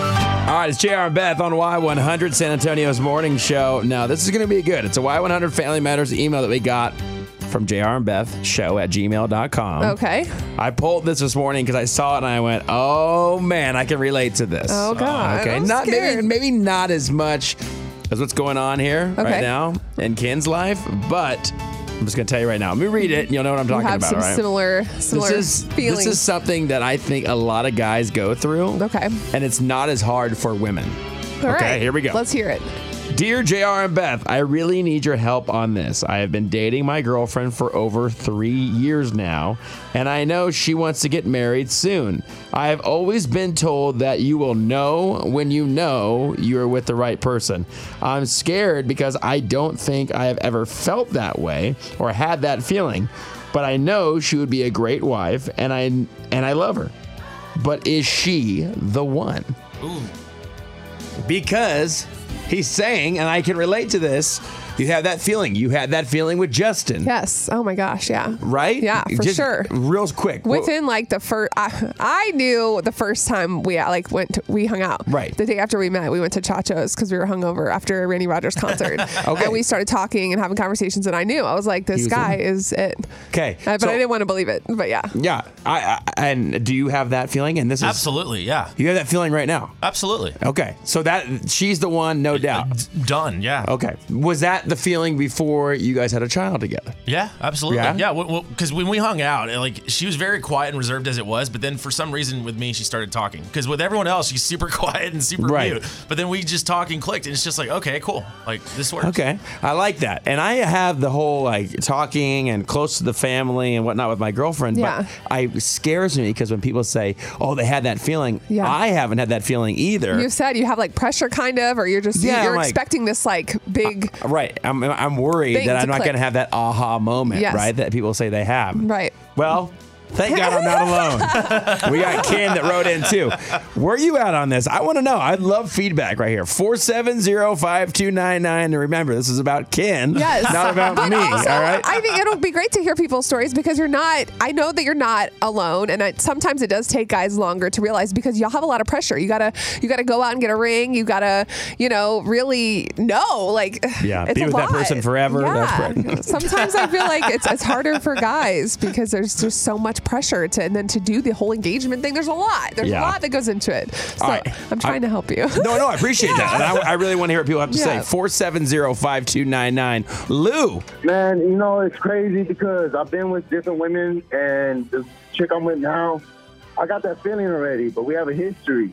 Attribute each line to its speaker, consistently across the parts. Speaker 1: right, it's JR and Beth on Y100, San Antonio's morning show. Now, this is going to be good. It's a Y100 Family Matters email that we got from JR and Beth show at gmail.com.
Speaker 2: Okay.
Speaker 1: I pulled this this morning because I saw it and I went, oh man, I can relate to this. Uh,
Speaker 2: Oh, God.
Speaker 1: okay,
Speaker 2: I'm
Speaker 1: not maybe
Speaker 2: scared.
Speaker 1: maybe not as much as what's going on here right
Speaker 2: Okay.
Speaker 1: now in Ken's life, but I'm just gonna tell you right now. Let me read it, and you'll know what I'm talking
Speaker 2: Have
Speaker 1: about.
Speaker 2: some
Speaker 1: right?
Speaker 2: similar similar
Speaker 1: this is
Speaker 2: feelings.
Speaker 1: this is something that I think a lot of guys go through.
Speaker 2: Okay.
Speaker 1: and it's not as hard for women.
Speaker 2: All
Speaker 1: okay,
Speaker 2: right.
Speaker 1: here we go.
Speaker 2: Let's hear it.
Speaker 1: Dear JR and Beth, I really need your help on this. I have been dating my girlfriend for over three years now, and I know she wants to get married soon. I have always been told that you will know when you know you are with the right person. I'm scared because I don't think I have ever felt that way or had that feeling, but I know she would be a great wife, and I and I love her. But is she the one? because he's saying, and I can relate to this. You have that feeling. You had that feeling with Justin,
Speaker 2: Yes. Oh my gosh. Yeah.
Speaker 1: right?
Speaker 2: Yeah, for
Speaker 1: Just
Speaker 2: sure.
Speaker 1: Real quick.
Speaker 2: Within like the first, I, I knew the first time we uh, like went to, we hung out.
Speaker 1: Right.
Speaker 2: The day after we met, we went to Chacho's because we were hungover after a Randy Rogers concert.
Speaker 1: Okay.
Speaker 2: And we started talking and having conversations, and I knew I was like, this
Speaker 1: was
Speaker 2: guy
Speaker 1: in.
Speaker 2: is it.
Speaker 1: Okay,
Speaker 2: Uh, but
Speaker 1: so-
Speaker 2: I didn't want to believe it. But yeah.
Speaker 1: yeah. I, I and do you have that feeling? And this is
Speaker 3: Absolutely, yeah.
Speaker 1: you have that feeling right now.
Speaker 3: Absolutely. Uh,
Speaker 1: Okay, so that she's the one, no
Speaker 2: Uh,
Speaker 1: doubt.
Speaker 3: D- Done, yeah.
Speaker 1: Okay, was that the feeling before you guys had a child together?
Speaker 3: Yeah, absolutely.
Speaker 1: Yeah?
Speaker 3: Yeah, well, because when we hung out, it, like she was very quiet and reserved as it was, but then for some reason with me, she started talking. Because with everyone else, she's super quiet and super
Speaker 1: Right.
Speaker 3: mute. But then we just talk and clicked, and it's just like, okay, cool, like this works.
Speaker 1: Okay, I like that, and I have the whole like talking and close to the family and whatnot with my girlfriend.
Speaker 2: Yeah.
Speaker 1: But I it scares me because when people say, "Oh, they had that feeling,"
Speaker 2: Yeah.
Speaker 1: I haven't had that feeling either.
Speaker 2: You said you have like pressure, kind of, or you're just
Speaker 1: Yeah,
Speaker 2: you're
Speaker 1: I'm like-
Speaker 2: expecting this like big.
Speaker 1: Right. I'm, I'm worried
Speaker 2: Thing
Speaker 1: that
Speaker 2: to
Speaker 1: I'm not
Speaker 2: click.
Speaker 1: going to have that aha moment,
Speaker 2: Yes.
Speaker 1: right? That people say they have.
Speaker 2: Right.
Speaker 1: Well, thank God I'm not alone. we got Ken that wrote in too. Where you at on this? I want to know. I love feedback right here. 470-5299. And remember, this is about Ken,
Speaker 2: Yes.
Speaker 1: not about
Speaker 2: But
Speaker 1: me,
Speaker 2: also,
Speaker 1: all right?
Speaker 2: I think it'll be great to hear people's stories because you're not, I know that you're not alone. And I, sometimes it does take guys longer to realize because y'all have a lot of pressure. You gotta, you gotta go out and get a ring. You gotta, you know, really know, like,
Speaker 1: Yeah,
Speaker 2: it's
Speaker 1: be
Speaker 2: a
Speaker 1: with that
Speaker 2: lot.
Speaker 1: person forever.
Speaker 2: Yeah.
Speaker 1: That's right.
Speaker 2: sometimes I feel like it's, it's harder for guys because there's just so much pressure to, and then to do the whole engagement thing, there's a lot, there's
Speaker 1: Yeah.
Speaker 2: a lot that goes into it. So
Speaker 1: All right.
Speaker 2: I'm trying to help you.
Speaker 1: No, no, I appreciate that. And I, I really want to hear what people have to
Speaker 2: Yeah.
Speaker 1: say. 470-5299. Lou.
Speaker 4: Man, you know, it's crazy because I've been with different women, and the chick I'm with now, I got that feeling already, but we have a history.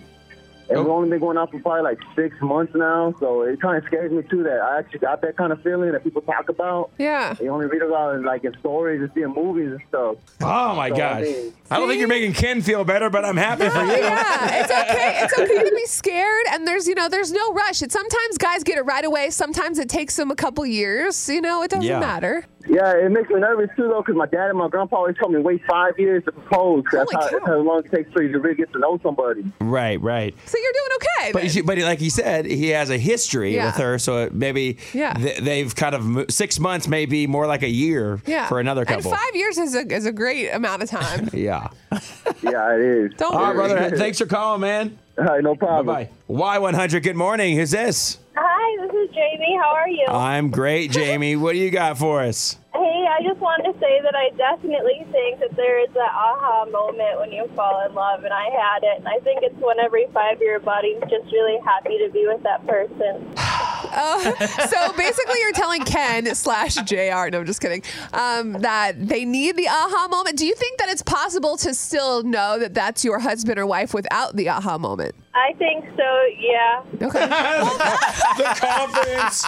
Speaker 4: And we've
Speaker 1: Oh.
Speaker 4: only been going out for probably like six months now, so it kind of scares me too that I actually got that kind of feeling that people talk about.
Speaker 2: yeah.
Speaker 4: You only read about it like in stories and see in movies and stuff.
Speaker 1: Oh my
Speaker 4: So, I
Speaker 1: gosh.
Speaker 4: mean-
Speaker 1: I don't think you're making Ken feel better, but I'm happy for you.
Speaker 2: yeah, it's okay. It's okay to be scared, and there's you know there's no rush. It sometimes guys get it right away. Sometimes it takes them a couple years. You know, it doesn't
Speaker 1: Yeah.
Speaker 2: matter.
Speaker 4: Yeah, it makes me nervous too, though, because my dad and my grandpa always told me wait five years to propose. 'cause That's
Speaker 2: Holy
Speaker 4: how,
Speaker 2: cow.
Speaker 4: that's how long it takes for you to really get to know somebody.
Speaker 1: Right, right.
Speaker 2: So you're doing okay.
Speaker 1: But
Speaker 2: then.
Speaker 1: she, but like he said, he has a history
Speaker 2: Yeah.
Speaker 1: with her, so maybe
Speaker 2: Yeah.
Speaker 1: th- they've kind of mo- six months, maybe more like a year
Speaker 2: yeah.
Speaker 1: for another couple.
Speaker 2: And five years is a is a great amount of time.
Speaker 1: yeah.
Speaker 4: Yeah, it is.
Speaker 2: Don't
Speaker 1: All right,
Speaker 2: worry.
Speaker 1: brother. Thanks for calling, man.
Speaker 4: All right, no problem.
Speaker 1: Bye. Y one hundred. Good morning. Who's this?
Speaker 5: Hi, this is Jamie. How are you?
Speaker 1: I'm great, Jamie. What do you got for us?
Speaker 5: hey, I just wanted to say that I definitely think that there is that aha moment when you fall in love, and I had it. And I think it's when every five year body's just really happy to be with that person.
Speaker 2: Uh, so basically, you're telling Ken slash Jr. No, I'm just kidding. Um, that they need the aha moment. Do you think that it's possible to still know that that's your husband or wife without the aha moment?
Speaker 5: I think so, yeah.
Speaker 2: Okay.
Speaker 1: the confidence.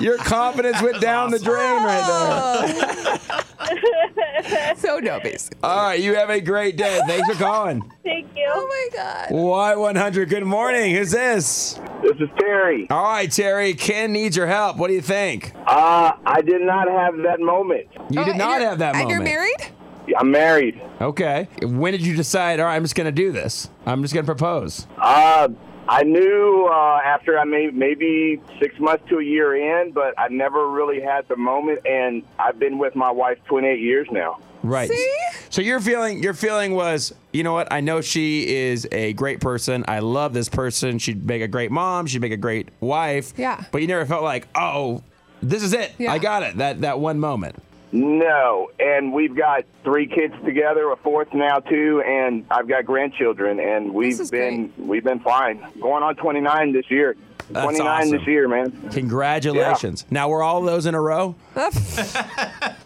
Speaker 1: Your confidence went down the drain right there.
Speaker 2: so no, basically.
Speaker 1: All right. You have a great day. Thanks for calling.
Speaker 5: Thank you.
Speaker 2: Oh my god.
Speaker 1: Y one hundred. Good morning. Who's this?
Speaker 4: This is Terry.
Speaker 1: All right, Terry. Ken needs your help. What do you think?
Speaker 4: Uh, I did not have that moment.
Speaker 1: You
Speaker 2: Oh,
Speaker 1: did
Speaker 2: and
Speaker 1: not
Speaker 2: you're-
Speaker 1: have that moment.
Speaker 2: And you're married?
Speaker 4: I'm married.
Speaker 1: Okay. When did you decide, all right, I'm just going to do this? I'm just going to propose?
Speaker 4: Uh, I knew uh, after I may, maybe six months to a year in, but I never really had the moment, and I've been with my wife 28 years now.
Speaker 1: Right.
Speaker 2: See?
Speaker 1: So your feeling, your feeling was, you know what? I know she is a great person. I love this person. She'd make a great mom. She'd make a great wife.
Speaker 2: Yeah.
Speaker 1: But you never felt like, oh, this is it.
Speaker 2: Yeah.
Speaker 1: I got it. That that one moment.
Speaker 4: No, and we've got three kids together, a fourth now too, and I've got grandchildren, and we've
Speaker 2: is
Speaker 4: been we've been fine. Going on 29 this year.
Speaker 1: That's
Speaker 4: 29 this
Speaker 1: awesome.
Speaker 4: year, man.
Speaker 1: Congratulations. Now we're all those in a row.
Speaker 2: Oh my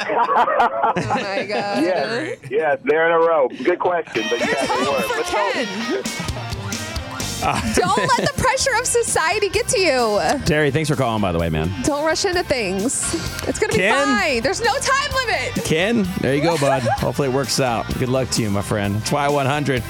Speaker 2: god.
Speaker 4: Yes, yes, they're in a row. Good question, but
Speaker 2: There's
Speaker 4: yeah, they
Speaker 2: hope for
Speaker 4: were. Let's go.
Speaker 2: Ken. Don't let the pressure of society get to you.
Speaker 1: Terry, thanks for calling, by the way, man.
Speaker 2: Don't rush into things. It's gonna be
Speaker 1: Ken?
Speaker 2: fine. There's no time limit.
Speaker 1: Ken, there you go, bud. Hopefully it works out. Good luck to you, my friend. Try 100.